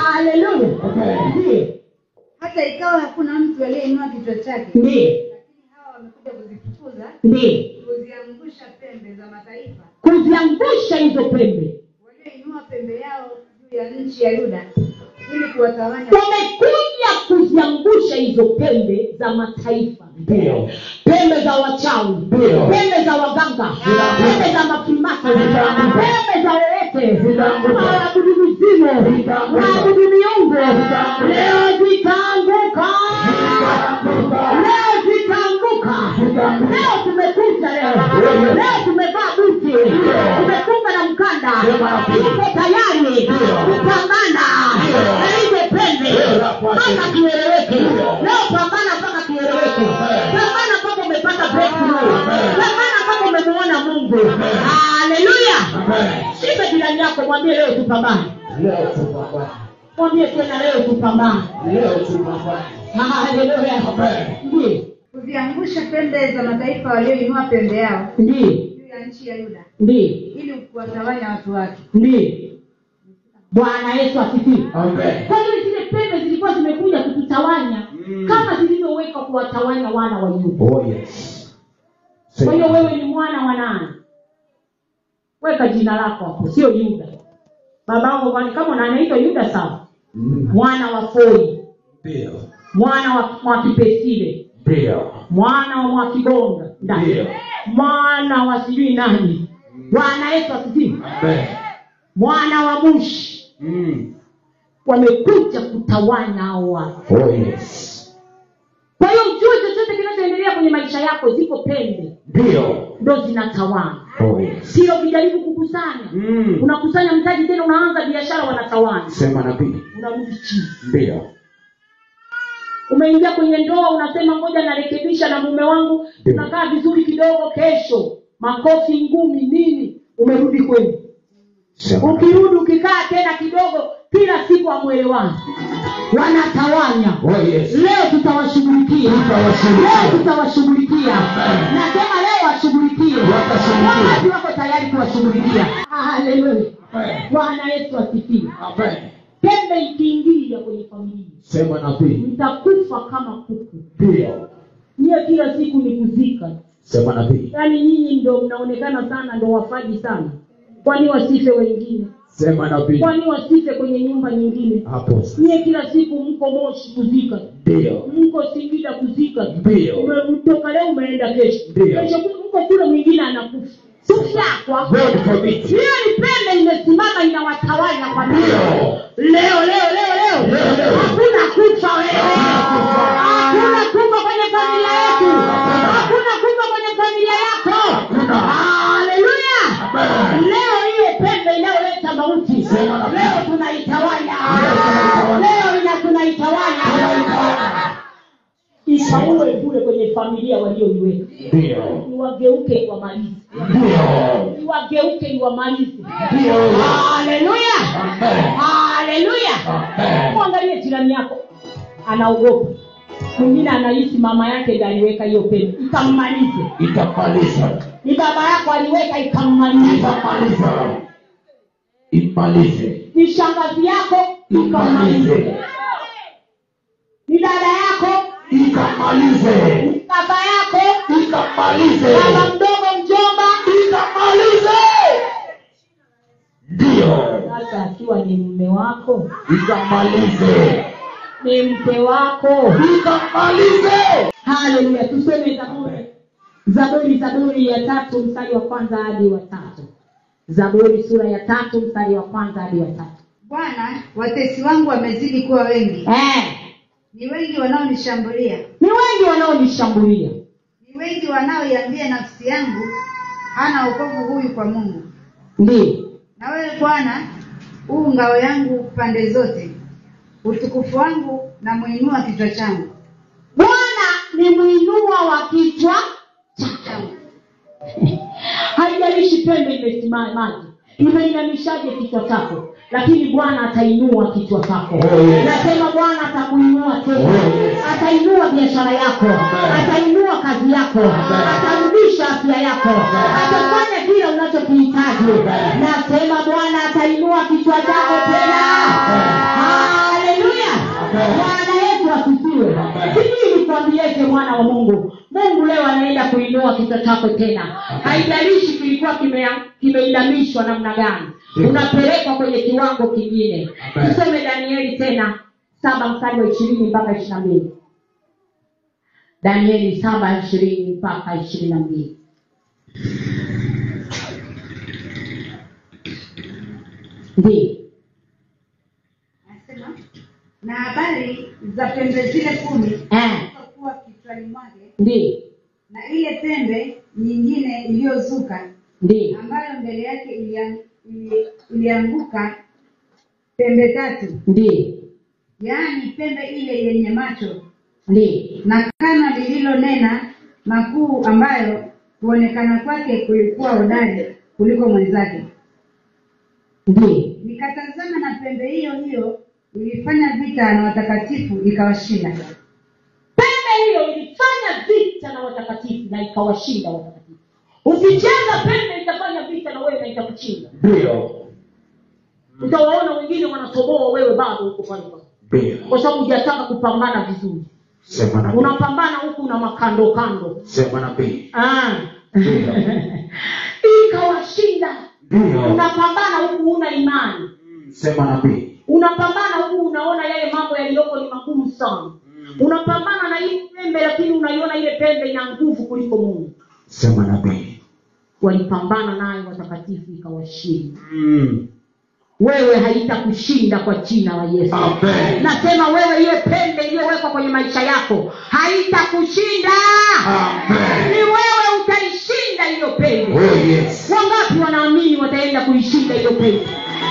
Speaker 1: haleluya ndiye
Speaker 3: hata ikawa hakuna mtu aliyeinua kichwa chake
Speaker 1: ndiye
Speaker 3: lakini hawa wamekuja kuzifukuza
Speaker 1: ndiye
Speaker 3: kuziangusha pembe za mataifa
Speaker 1: kuziangusha hizo pembe
Speaker 3: walioinua pembe yao juu ya nchi ya yuda ili kuwatawanya
Speaker 1: wamekuja kuziangusha hizo pembe za mataifa
Speaker 2: ndiyo
Speaker 1: pembe za wachawi
Speaker 2: Ndio.
Speaker 1: pembe za waganga
Speaker 2: Zinaanguka.
Speaker 1: pembe za mafrimasa
Speaker 2: Zinaanguka.
Speaker 1: pembe za lolote
Speaker 2: Zinaanguka.
Speaker 1: waabudu mizimu
Speaker 2: Zinaanguka.
Speaker 1: waabudu miungu
Speaker 2: Zinaanguka.
Speaker 1: leo zitaanguka leo zitaanguka
Speaker 2: Zinaanguka.
Speaker 1: leo tumekuja leo
Speaker 2: Ndio.
Speaker 1: leo tumevaa buti tumefunga na mkanda
Speaker 2: Ndio, marafiki.
Speaker 1: tuko tayari
Speaker 2: Ndio.
Speaker 1: kupambana
Speaker 2: Ndio.
Speaker 1: na hizo pembe
Speaker 2: Ndio, nafuata.
Speaker 1: mpaka kieleweke
Speaker 2: Ndio.
Speaker 1: leo pambana mpaka kieleweke
Speaker 2: Amen.
Speaker 1: pambana mpaka umepata breakthrough
Speaker 2: Amen.
Speaker 1: pambana mpaka umemuona mungu
Speaker 2: Amen.
Speaker 1: haleluya
Speaker 2: Amen.
Speaker 1: shipe jirani yako mwambie leo tupambane
Speaker 2: leo tupambane
Speaker 1: mwambie tena leo tupambane
Speaker 2: leo tupambane
Speaker 1: haleluya
Speaker 2: Amen.
Speaker 1: ndiye
Speaker 3: kuziangusha pembe za mataifa walioinua pembe yao
Speaker 1: ndiye
Speaker 3: juu ya nchi ya yuda
Speaker 1: ndiye
Speaker 3: ili kuwatawanya watu wake
Speaker 1: ndiye bwana yesu asifiwe
Speaker 2: amen
Speaker 1: kwa hiyo zile pembe zilikuwa zimekuja kututawanya
Speaker 2: Mm.
Speaker 1: kama zilivyowekwa kuwatawanya wana wa yuda
Speaker 2: oh yes
Speaker 1: kwa hiyo wewe ni mwana wa nani weka jina lako hapo sio yuda babangu kwani kama una- anaitwa yuda sawa
Speaker 2: Mm.
Speaker 1: mwana wa foi
Speaker 2: ndiyo
Speaker 1: mwana wa mwakipesile
Speaker 2: ndiyo
Speaker 1: mwana wa mwakigonga ndani.
Speaker 2: Ndiyo. Mm.
Speaker 1: mwana wa sijui nani bwana yesu asifiwe
Speaker 2: amen
Speaker 1: mwana wa mushi
Speaker 2: Mm.
Speaker 1: wamekuja kutawanya hao watu
Speaker 2: oh yes
Speaker 1: kwa hiyo ujue chochote kinachoendelea kwenye maisha yako ziko pembe
Speaker 2: ndiyo
Speaker 1: ndo zinatawanya
Speaker 2: oh yes
Speaker 1: sio ukijaribu kukusanya
Speaker 2: Mm.
Speaker 1: unakusanya mtaji tena unaanza biashara wanatawanya
Speaker 2: sema nabii
Speaker 1: unarudi chini
Speaker 2: ndiyo
Speaker 1: umeingia kwenye ndoa unasema ngoja narekebisha na mume wangu tunakaa vizuri kidogo kesho makofi ngumi nini umerudi kwenu
Speaker 2: sema nabii.
Speaker 1: ukirudi ukikaa tena kidogo kila siku amwelewani wanatawanya
Speaker 2: oh yes
Speaker 1: leo tutawashughulikia
Speaker 2: Tutawashughulikia.
Speaker 1: leo tutawashughulikia nasema leo washughulikie
Speaker 2: Watashughulikia.
Speaker 1: wakati wako tayari kuwashughulikia haleluya
Speaker 2: amen
Speaker 1: bwana yesu asifiwe
Speaker 2: amen
Speaker 1: pembe ikiingilia kwenye familia
Speaker 2: sema nabii
Speaker 1: mtakufa kama kuku
Speaker 2: ndiyo
Speaker 1: niye kila siku ni kuzika
Speaker 2: sema nabii
Speaker 1: yaani nyinyi ndo mnaonekana sana ndo wafaji sana kwani wasife wengine
Speaker 2: sema nabii
Speaker 1: kwani wasife kwenye nyumba nyingine
Speaker 2: hapo
Speaker 1: niye kila siku mko moshi kuzika
Speaker 2: ndiyo
Speaker 1: mko singida kuzika
Speaker 2: ndiyo
Speaker 1: Ume- kutoka leo umeenda kesho
Speaker 2: Ndio.
Speaker 1: kesho ku- mko kule mwingine anakufa tushakwa
Speaker 2: god forbid
Speaker 1: hiyo ni pembe imesimama inawatawanya kwa mikono. leo
Speaker 2: Ndio.
Speaker 1: leo leo leo
Speaker 2: Leo, leo.
Speaker 1: hakuna kufa wewe hakuna kufa kwenye familia
Speaker 2: Ah.
Speaker 1: yetu hakuna kufa kwenye familia yako haleluya
Speaker 2: Amen.
Speaker 1: leo hiyo pembe inayoleta mauti
Speaker 2: Sema na-
Speaker 1: leo tunaitawanya
Speaker 2: Leo tunaitawanya.
Speaker 1: leo ina tunaitawanya
Speaker 2: Tunaitawanya.
Speaker 1: isaue kule kwenye familia walioiweka
Speaker 2: Ndio.
Speaker 1: niwageuke iwamalize
Speaker 2: Ndio.
Speaker 1: niwageuke iwamalize
Speaker 2: Ndio.
Speaker 1: haleluya
Speaker 2: Amen.
Speaker 1: haleluya
Speaker 2: Amen.
Speaker 1: mwangalie jirani yako anaogopa mwingine anahisi mama yake ndo aliweka hiyo pesa ikammalize
Speaker 2: Itamaliza.
Speaker 1: ni baba yako aliweka ikammalize
Speaker 2: Itamaliza. Imalize.
Speaker 1: ni shangazi yako ikamalize
Speaker 2: Imalize.
Speaker 1: ni dada yako
Speaker 2: Ikamalize.
Speaker 1: baba yako
Speaker 2: Ikamalize.
Speaker 1: baba mdogo mjomba
Speaker 2: Ikamalize. Ndio.
Speaker 1: sasa akiwa ni mume wako
Speaker 2: Ikamalize.
Speaker 1: ni mke wako
Speaker 2: Ikamalize.
Speaker 1: haleluya tuseme zaburi zaburi zaburi ya tatu mstari wa kwanza hadi wa tatu zaburi sura ya tatu mstari wa kwanza hadi wa tatu
Speaker 3: bwana watesi wangu wamezidi kuwa wengi
Speaker 1: eh,
Speaker 3: ni wengi wanaonishambulia
Speaker 1: ni wengi wanaonishambulia
Speaker 3: ni wengi wanaoiambia nafsi yangu hana wokovu huyu kwa mungu
Speaker 1: ndiyo
Speaker 3: na wewe bwana huu ngao yangu pande zote utukufu wangu na mwinua kichwa changu
Speaker 1: bwana ni mwinua wa kichwa
Speaker 3: changu
Speaker 1: haijalishi pembe imesimamaje imeinamishaje kichwa chako lakini bwana atainua kichwa chako
Speaker 2: Oh, yes.
Speaker 1: nasema bwana atakuinua tena
Speaker 2: Oh, yes.
Speaker 1: atainua biashara yako atainua kazi yako atarudisha afya yako atafanya kile unachokihitaji nasema bwana atainua kichwa chako tena haleluya
Speaker 2: Amen.
Speaker 1: bwana yetu asifiwe
Speaker 2: Amen.
Speaker 1: sijui nikwambieke mwana wa mungu mungu leo anaenda kuinua kichwa chako tena haijalishi kilikuwa kime- kimeinamishwa namna gani
Speaker 2: Yes.
Speaker 1: unapelekwa kwenye kiwango kingine
Speaker 2: Amen.
Speaker 1: tusome danieli tena saba mstari wa ishirini mpaka ishiri na mbili danieli saba ishirini mpaka ishirini na mbili ndiyo
Speaker 3: anasema na habari za pembe zile kumi
Speaker 1: Eh,
Speaker 3: kuwa kichwani mwake
Speaker 1: ndiyo
Speaker 3: na ile pembe nyingine iliyozuka
Speaker 1: ndiyo
Speaker 3: ambayo mbele yake ilia- ili- ilianguka pembe tatu
Speaker 1: ndiyo
Speaker 3: yaani pembe ile yenye macho
Speaker 1: ndiyo
Speaker 3: na kana lililonena makuu ambayo kuonekana kwake kulikuwa hodari kuliko mwenzake
Speaker 1: ndiyo
Speaker 3: nikatazama na pembe hiyo hiyo ilifanya vita na watakatifu ikawashinda
Speaker 1: pembe hiyo ilifanya vita na watakatifu na ikawashinda watakatifu ukicheza pembe itafanya vita na wewe na itakushinda
Speaker 2: Ndio.
Speaker 1: utawaona wengine wanatoboa wewe bado huko pale pale.
Speaker 2: Ndio.
Speaker 1: kwa sababu hujataka kupambana vizuri
Speaker 2: Sema nabii.
Speaker 1: unapambana huku na makando kando
Speaker 2: Sema nabii.
Speaker 1: ah.
Speaker 2: Ndio.
Speaker 1: ikawashinda
Speaker 2: Ndio.
Speaker 1: unapambana huku una imani
Speaker 2: Sema nabii.
Speaker 1: unapambana huku unaona yale mambo yaliyoko ni magumu sana unapambana na ile pembe lakini unaiona ile pembe ina nguvu kuliko mungu
Speaker 2: Sema nabii.
Speaker 1: walipambana nayo watakatifu ikawashinda
Speaker 2: Mm.
Speaker 1: wewe haitakushinda kwa jina la yesu
Speaker 2: Amen.
Speaker 1: nasema wewe ile pembe iliyowekwa kwenye maisha yako haitakushinda
Speaker 2: Amen.
Speaker 1: ni wewe utaishinda hiyo pembe
Speaker 2: Oh yes.
Speaker 1: wangapi wanaamini wataenda kuishinda hiyo pembe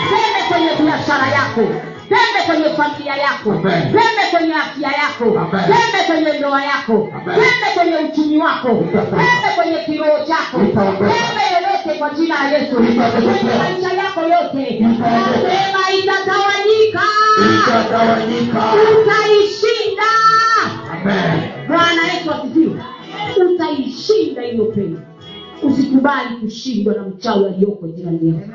Speaker 1: pembe kwenye biashara yako pembe kwenye familia yako
Speaker 2: Amen.
Speaker 1: pembe kwenye afya yako
Speaker 2: Amen.
Speaker 1: pembe kwenye ndoa yako
Speaker 2: Amen.
Speaker 1: pembe kwenye uchumi wako
Speaker 2: Utaondoka.
Speaker 1: pembe kwenye kiroho chako
Speaker 2: Utaondoka.
Speaker 1: pembe yoyote kwa jina la yesu
Speaker 2: Utaondoka.
Speaker 1: kwenye maisha yako yote
Speaker 2: Utaondoka.
Speaker 1: nasema itatawanyika
Speaker 2: Itatawanyika.
Speaker 1: utaishinda
Speaker 2: Amen.
Speaker 1: bwana yesu asifiwe utaishinda hiyo pembe usikubali kushindwa na mchawi aliyoko jirani yako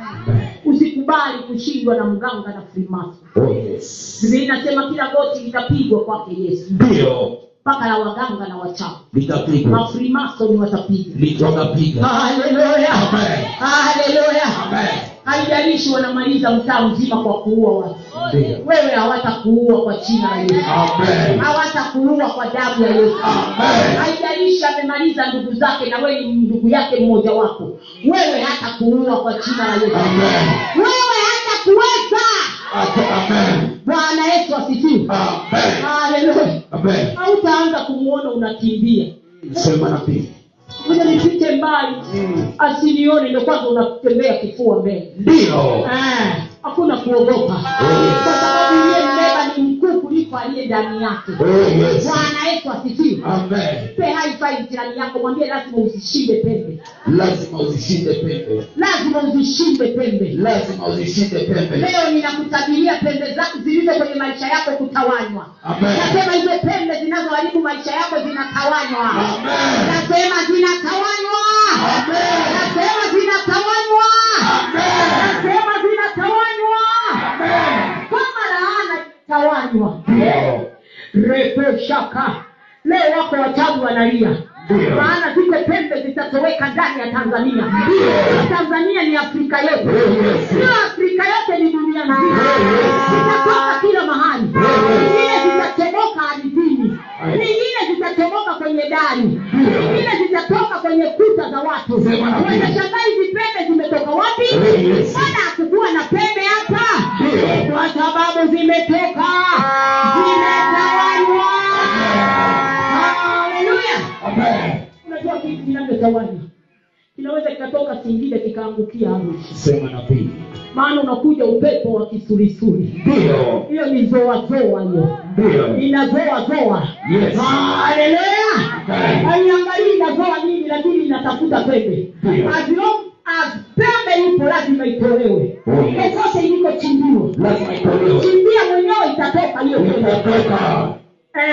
Speaker 1: usikubali kushindwa na mganga na frimasi
Speaker 2: Oh yes.
Speaker 1: biblia inasema kila goti litapigwa kwake yesu
Speaker 2: Ndio.
Speaker 1: mpaka la waganga na wachawi
Speaker 2: Litapigwa.
Speaker 1: mafrimasoni watapiga
Speaker 2: Litakapiga.
Speaker 1: haleluya
Speaker 2: Amen.
Speaker 1: haleluya
Speaker 2: Amen.
Speaker 1: haijalishi wanamaliza mtaa mzima kwa kuua watu
Speaker 2: Ndio.
Speaker 1: wewe hawatakuua kwa jina la yesu
Speaker 2: Amen.
Speaker 1: hawatakuua kwa damu ya yesu
Speaker 2: Amen.
Speaker 1: haijalishi amemaliza ndugu zake na wewe ni ndugu yake mmoja wako wewe hata kuua kwa jina la yesu
Speaker 2: Amen.
Speaker 1: wewe hata kuweza
Speaker 2: Amen.
Speaker 1: bwana yesu asifiwe
Speaker 2: Amen.
Speaker 1: haleluya
Speaker 2: Amen.
Speaker 1: hautaanza kumwona unakimbia
Speaker 2: Sema Mm. nabii.
Speaker 1: moja nipite mbali asinione ndo kwanza unatembea kifua mbele
Speaker 2: Ndio.
Speaker 1: Ah, hakuna kuogopa kwa sababu iliyembeba ni mkuu kuliko aliye ndani yake
Speaker 2: Oh, yes.
Speaker 1: bwana yetu asifiwe
Speaker 2: Amen.
Speaker 1: mpe high five jirani yako mwambie lazima uzishinde pembe
Speaker 2: lazima uzishinde pembe
Speaker 1: lazima uzishinde pembe
Speaker 2: lazima uzishinde pembe
Speaker 1: leo ninakutabiria pembe za- zilizo kwenye maisha yako kutawanywa
Speaker 2: Amen.
Speaker 1: nasema hizo pembe zinazoharibu maisha yako zinatawanywa
Speaker 2: Amen.
Speaker 1: nasema zinatawanywa
Speaker 2: Amen.
Speaker 1: nasema zinatawanywa
Speaker 2: Amen.
Speaker 1: nasema zinatawanywa
Speaker 2: Amen.
Speaker 1: kama laana tawanywa
Speaker 2: Ndio.
Speaker 1: repeshaka leo wako watabu wanalia
Speaker 2: Ndio.
Speaker 1: maana zile pembe zitatoweka ndani ya tanzania
Speaker 2: Ndio.
Speaker 1: tanzania ni afrika yetu
Speaker 2: Oh, yes.
Speaker 1: sio afrika yote ni dunia
Speaker 2: Ndio.
Speaker 1: zitatoka kila mahali
Speaker 2: Ndio.
Speaker 1: zingine zitatoboka ardhini zingine zitatoboka kwenye dari zingine zitatoka kwenye kuta za watu
Speaker 2: Sema na mimi.
Speaker 1: wanashangaa hizi pembe zimetoka wapi
Speaker 2: Ndio, yes.
Speaker 1: bwana hakukuwa na pembe hapa
Speaker 2: Ndio.
Speaker 1: kwa sababu zimetoka zimetawanywa haleluya
Speaker 2: Amen.
Speaker 1: unajua kitu kinavyotawanywa kinaweza kikatoka singine kikaangukia arusha
Speaker 2: sema na pili
Speaker 1: maana unakuja upepo wa kisulisuli
Speaker 2: ndio
Speaker 1: hiyo ni zoazoa hiyo
Speaker 2: ndio
Speaker 1: inazoazoa
Speaker 2: Yes.
Speaker 1: haleluya
Speaker 2: Amen.
Speaker 1: haiangalii inazoa nini lakini inatafuta pembe
Speaker 2: Ndio.
Speaker 1: As long as pembe ipo lazima itolewe
Speaker 2: Oh, yes.
Speaker 1: popote ilikochimbiwa
Speaker 2: lazima itolewe
Speaker 1: chimbia mwenyewe itatoka hiyo pembe
Speaker 2: itatoka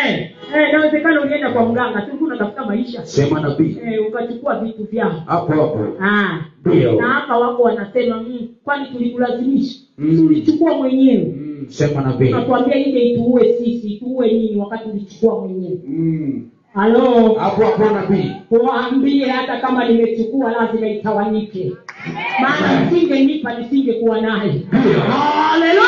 Speaker 1: Eh, eh, inawezekana ulienda kwa mganga tu ulikuwa unatafuta maisha
Speaker 2: sema na pili
Speaker 1: eh, ukachukua vitu vyao
Speaker 2: hapo hapo
Speaker 1: ah.
Speaker 2: Ndio.
Speaker 1: na hapa wako wanasema mm, kwani tulikulazimisha
Speaker 2: Mm.
Speaker 1: mm. ulichukua mwenyewe
Speaker 2: Mm, sema na pili
Speaker 1: nakwambia ile ituue sisi ituue nini wakati ulichukua mwenyewe
Speaker 2: Mm,
Speaker 1: halo
Speaker 2: hapo hapo na pili
Speaker 1: waambie hata kama nimechukua lazima itawanyike maana nisingenipa nisingekuwa naye haleluya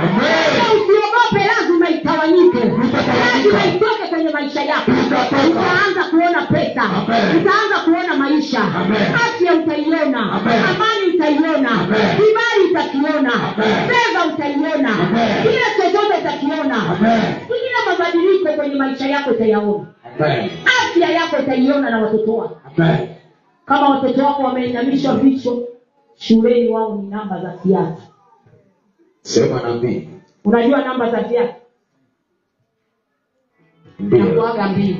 Speaker 2: Amen.
Speaker 1: usiogope lazima itawanyike
Speaker 2: Itatawanyika.
Speaker 1: lazima itoke kwenye maisha yako
Speaker 2: Itatoka.
Speaker 1: utaanza kuona pesa
Speaker 2: Amen.
Speaker 1: utaanza kuona maisha
Speaker 2: Amen.
Speaker 1: afya utaiona
Speaker 2: Amen.
Speaker 1: amani utaiona
Speaker 2: Amen.
Speaker 1: kibali utakiona
Speaker 2: Amen.
Speaker 1: fedha utaiona
Speaker 2: Amen.
Speaker 1: kila chochote utakiona
Speaker 2: Amen.
Speaker 1: kila mabadiliko kwenye maisha yako utayaona
Speaker 2: Amen.
Speaker 1: afya yako utaiona na watoto wako
Speaker 2: Amen.
Speaker 1: kama watoto wako wameinamishwa vichwa shuleni wao ni namba za siasa
Speaker 2: sema na pili
Speaker 1: unajua namba za siasa
Speaker 2: ndio
Speaker 1: nakuaga mbili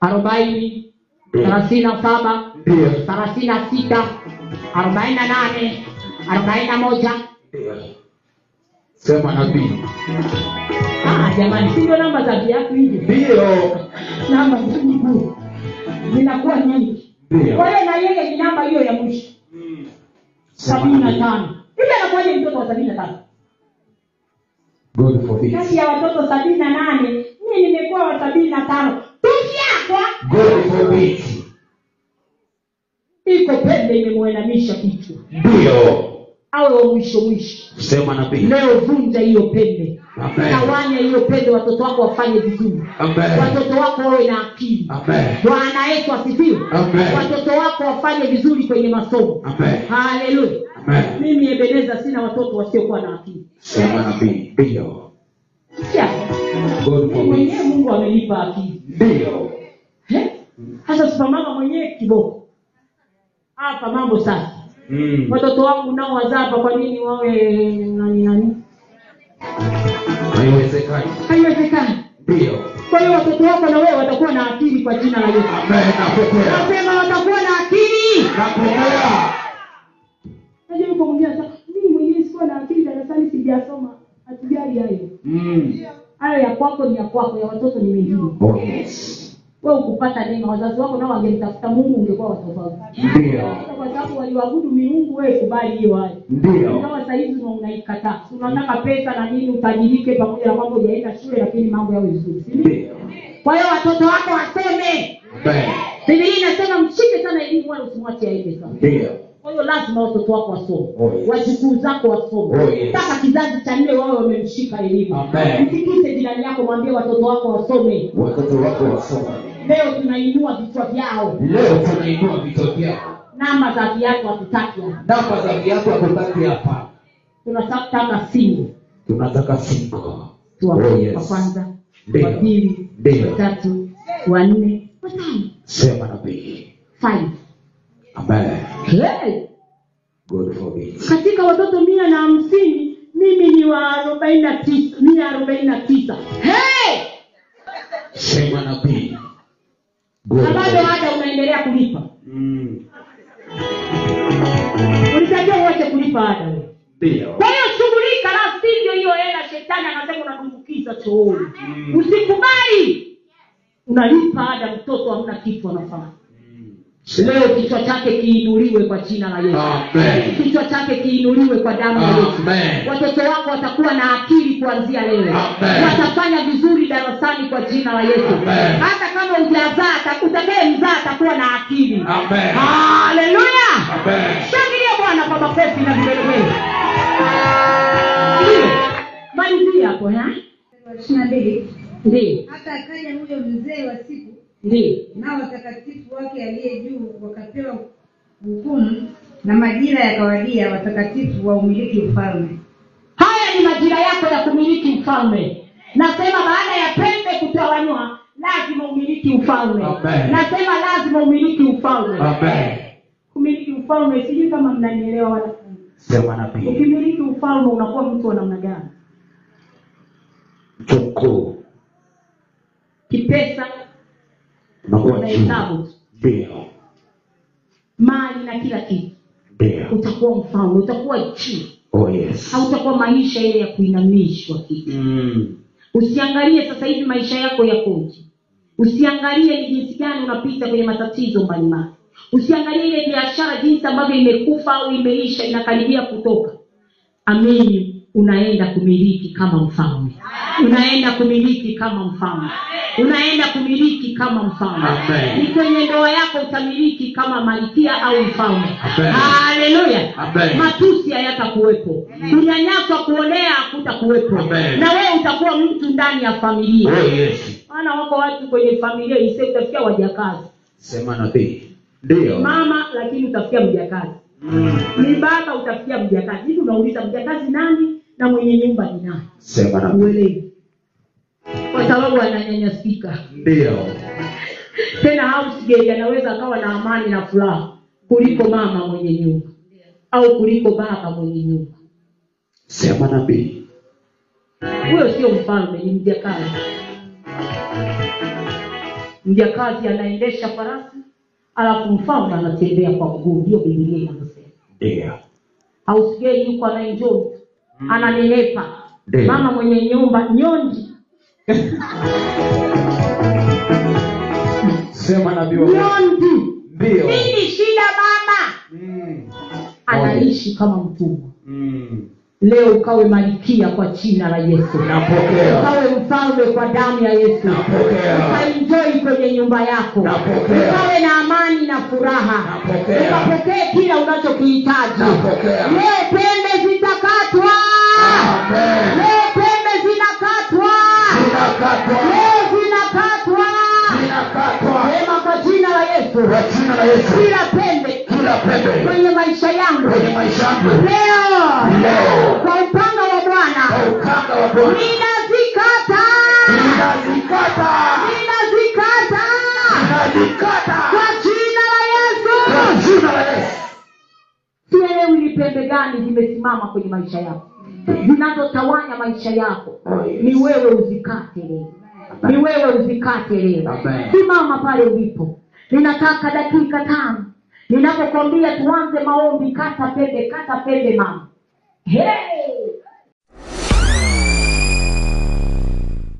Speaker 1: arobaini
Speaker 2: Ndio.
Speaker 1: thelathini na saba
Speaker 2: ndio
Speaker 1: thelathini na sita arobaini na nane arobaini na moja
Speaker 2: Ndio. sema na pili
Speaker 1: Ah, jamani si ndio namba za viatu hivi
Speaker 2: ndio
Speaker 1: namba za miguu zinakuwa nyingi kwa
Speaker 2: ndio
Speaker 1: hiyo na yeye ni namba hiyo ya mwisho sabini na
Speaker 2: Sema na pili.
Speaker 1: tano hivi anakuwaje mtoto wa sabini na tano
Speaker 2: God forbid.
Speaker 1: kati ya watoto sabini na nane mimi nimekuwa wa sabini na tano tukiakwa
Speaker 2: God forbid.
Speaker 1: iko pembe imemwenamisha kichwa
Speaker 2: ndio
Speaker 1: awe wa mwisho mwisho
Speaker 2: sema na pili
Speaker 1: leo vunja hiyo pembe
Speaker 2: Amen.
Speaker 1: tawanya hiyo pembe watoto wako wafanye vizuri
Speaker 2: Amen.
Speaker 1: watoto wako wawe na akili
Speaker 2: Amen.
Speaker 1: bwana yetu asifiwe
Speaker 2: Amen.
Speaker 1: watoto wako wafanye vizuri kwenye masomo
Speaker 2: Amen.
Speaker 1: haleluya
Speaker 2: Amen.
Speaker 1: mimi ebeneza sina watoto wasiokuwa na akili
Speaker 2: sema na pili ndio
Speaker 1: Sikia,
Speaker 2: God
Speaker 1: mimi
Speaker 2: forbid.
Speaker 1: mwenyewe mungu amenipa akili
Speaker 2: ndio
Speaker 1: Eh? hasa sipamama mwenyewe kiboko hapa mambo sasa
Speaker 2: Mm.
Speaker 1: watoto wangu nao wazapa kwa nini wawe nani nani
Speaker 2: haiwezekani
Speaker 1: haiwezekani
Speaker 2: ndio
Speaker 1: kwa hiyo watoto wako na wewe watakuwa na akili kwa jina la yesu
Speaker 2: Amen. napokea
Speaker 1: nasema watakuwa na akili
Speaker 2: napokea
Speaker 1: Naje yuko mwingine anasema, mimi mwenyewe sikuwa na akili darasani sijasoma hatujali hayo
Speaker 2: Mm.
Speaker 1: hayo ya kwako ni ya kwako ya watoto ni mengine
Speaker 2: Oh, yes.
Speaker 1: wewe ukupata neema wazazi wako nao wangemtafuta mungu ungekuwa watofauti
Speaker 2: ndio
Speaker 1: Sasa kwa sababu waliwabudu miungu wewe kubali hiyo hayo
Speaker 2: ndio
Speaker 1: ingawa sasa hivi una- unaikataa unataka pesa na nini utajirike pamoja na kwamba ujaenda shule lakini mambo yawe vizuri si ndio?
Speaker 2: ndio
Speaker 1: kwa hiyo watoto wako waseme
Speaker 2: Amen.
Speaker 1: biblia inasema mshike sana elimu wala usimwache aende sana
Speaker 2: ndio
Speaker 1: kwa hiyo lazima watoto wako
Speaker 2: Oh,
Speaker 1: wasome
Speaker 2: yes.
Speaker 1: wajukuu zako wasome
Speaker 2: Oh, yes.
Speaker 1: mpaka kizazi cha nne wawe wamemshika elimu
Speaker 2: Amen.
Speaker 1: msikise jirani yako mwambie watoto wako wasome
Speaker 2: watoto wako wasoma
Speaker 1: leo tunainua vichwa vyao
Speaker 2: leo tunainua vichwa vyao
Speaker 1: namba za viatu hatutaki hapa.
Speaker 2: namba za viatu hatutaki hapa
Speaker 1: tunataka simu
Speaker 2: tunataka singo
Speaker 1: tuwa
Speaker 2: Oh, yes.
Speaker 1: wa kwanza
Speaker 2: Ndio.
Speaker 1: wa pili
Speaker 2: Ndio.
Speaker 1: wa tatu wa nne wa tano
Speaker 2: sema na pili
Speaker 1: five
Speaker 2: Amen.
Speaker 1: hey!
Speaker 2: Good for me.
Speaker 1: katika watoto mia na hamsini mimi ni wa arobaini na tisa mia arobaini na tisa Hey!
Speaker 2: Sema nabii. Good
Speaker 1: na
Speaker 2: for
Speaker 1: bado
Speaker 2: me.
Speaker 1: ada unaendelea kulipa
Speaker 2: Mm,
Speaker 1: ulitakiwa uache kulipa ada wewe.
Speaker 2: Ndio.
Speaker 1: kwa hiyo shughulika la sivyo hiyo hela shetani anasema unatumbukiza chooni
Speaker 2: Mm.
Speaker 1: usikubali unalipa ada mtoto hamna kitu anafanya
Speaker 2: Mm.
Speaker 1: leo kichwa chake kiinuliwe kwa jina la yesu
Speaker 2: Amen.
Speaker 1: kichwa chake kiinuliwe kwa damu ya yesu
Speaker 2: Amen.
Speaker 1: watoto wako watakuwa na akili kuanzia leo
Speaker 2: Amen.
Speaker 1: watafanya vizuri darasani kwa jina la yesu
Speaker 2: Amen.
Speaker 1: hata kama ujazaa utakaye mzaa atakuwa na akili
Speaker 2: Amen.
Speaker 1: haleluya
Speaker 2: Amen.
Speaker 1: shangilia bwana kwa makofi na vigelegele Ndiyo. malizia hapo ha?
Speaker 3: ishirini na mbili
Speaker 1: ndiyo
Speaker 3: hata akaja huyo mzee wa siku
Speaker 1: ndiyo
Speaker 3: nao watakatifu wake aliye juu wakapewa hukumu na majira yakawadia watakatifu wa umiliki ufalme
Speaker 1: haya ni majira yako ya kumiliki ufalme nasema baada ya pembe kutawanywa lazima umiliki ufalme
Speaker 2: Amen.
Speaker 1: nasema lazima umiliki ufalme
Speaker 2: Amen.
Speaker 1: kumiliki ufalme sijui kama mnanielewa wala
Speaker 2: Sema nabii.
Speaker 1: ukimiliki ufalme unakuwa mtu wa namna gani
Speaker 2: Mtu mkuu.
Speaker 1: kipesa
Speaker 2: Unakuwa
Speaker 1: na
Speaker 2: juu.
Speaker 1: hesabu
Speaker 2: Ndio.
Speaker 1: mali na kila kitu
Speaker 2: Ndio.
Speaker 1: utakuwa mfalme utakuwa juu
Speaker 2: Oh yes.
Speaker 1: hautakuwa maisha ile ya kuinamishwa kitu
Speaker 2: Mm.
Speaker 1: usiangalie sasa hivi maisha yako yakoje usiangalie ni jinsi gani unapita kwenye matatizo mbalimbali usiangalie ile biashara jinsi ambavyo imekufa au imeisha inakaribia kutoka amini unaenda kumiliki kama mfalme unaenda kumiliki kama mfalme unaenda kumiliki kama mfalme
Speaker 2: Amen.
Speaker 1: ni kwenye ndoa yako utamiliki kama malkia au mfalme
Speaker 2: Amen.
Speaker 1: haleluya
Speaker 2: Amen.
Speaker 1: matusi hayatakuwepo kunyanyaswa kuonea hakutakuwepo
Speaker 2: Amen.
Speaker 1: na wewe utakuwa mtu ndani ya familia
Speaker 2: Oh yes.
Speaker 1: maana wako watu kwenye familia ise utafikia wajakazi
Speaker 2: Sema nabii. Ndio.
Speaker 1: mama lakini utafikia mjakazi
Speaker 2: Mm.
Speaker 1: ni baba utafikia mjakazi hivi unauliza mjakazi nani na mwenye nyumba ni nani
Speaker 2: Sema nabii.
Speaker 1: uelewi kwa sababu ananyanyasika
Speaker 2: Ndio.
Speaker 1: tena housegirl anaweza akawa na amani na furaha kuliko mama mwenye nyumba au kuliko baba mwenye nyumba
Speaker 2: Sema nabii.
Speaker 1: huyo sio mfalme ni mjakazi mjakazi anaendesha farasi alafu mfalme anatembea kwa mguu ndio bibilia inavyosema
Speaker 2: Ndio.
Speaker 1: ausgei yuko anaenjoy ananenepa
Speaker 2: Mm. Ndio.
Speaker 1: mama mwenye nyumba nyonji
Speaker 2: Sema nabii. wa Mungu.
Speaker 1: nyonji
Speaker 2: Ndio.
Speaker 1: nini shida mama
Speaker 2: Mm.
Speaker 1: anaishi kama mtumwa
Speaker 2: Mm.
Speaker 1: leo ukawe malikia kwa jina la yesu
Speaker 2: Napokea.
Speaker 1: ukawe mfalme kwa damu ya yesu
Speaker 2: Napokea.
Speaker 1: ukaenjoi kwenye nyumba yako
Speaker 2: Napokea.
Speaker 1: ukawe na amani na furaha
Speaker 2: Napokea.
Speaker 1: ukapokee kila unachokihitaji
Speaker 2: Napokea.
Speaker 1: leo pembe zitakatwa
Speaker 2: Amen.
Speaker 1: leo pembe zinakatwa
Speaker 2: Inakatwa.
Speaker 1: leo zinakatwa
Speaker 2: Inakatwa.
Speaker 1: sema kwa jina la yesu
Speaker 2: Kwa jina la Yesu.
Speaker 1: kila pembe
Speaker 2: Kila pembe
Speaker 1: kwenye maisha yangu
Speaker 2: kwenye maisha yangu
Speaker 1: leo
Speaker 2: leo
Speaker 1: kwa upanga wa
Speaker 2: kwa
Speaker 1: bwana
Speaker 2: ukanda wa Bwana
Speaker 1: ninazikata
Speaker 2: inazikata.
Speaker 1: ninazikata
Speaker 2: Inazikata.
Speaker 1: kwa jina la
Speaker 2: Kwa
Speaker 1: yesu
Speaker 2: jina la Yesu.
Speaker 1: sielewi ni pembe gani zimesimama kwenye maisha yako zinazotawanya maisha yako
Speaker 2: Oh, yes.
Speaker 1: ni wewe uzikate leo ni wewe uzikate leo
Speaker 2: Amen.
Speaker 1: simama pale ulipo ninataka dakika tano ninapokwambia tuanze maombi kata pembe kata pembe mama Hey!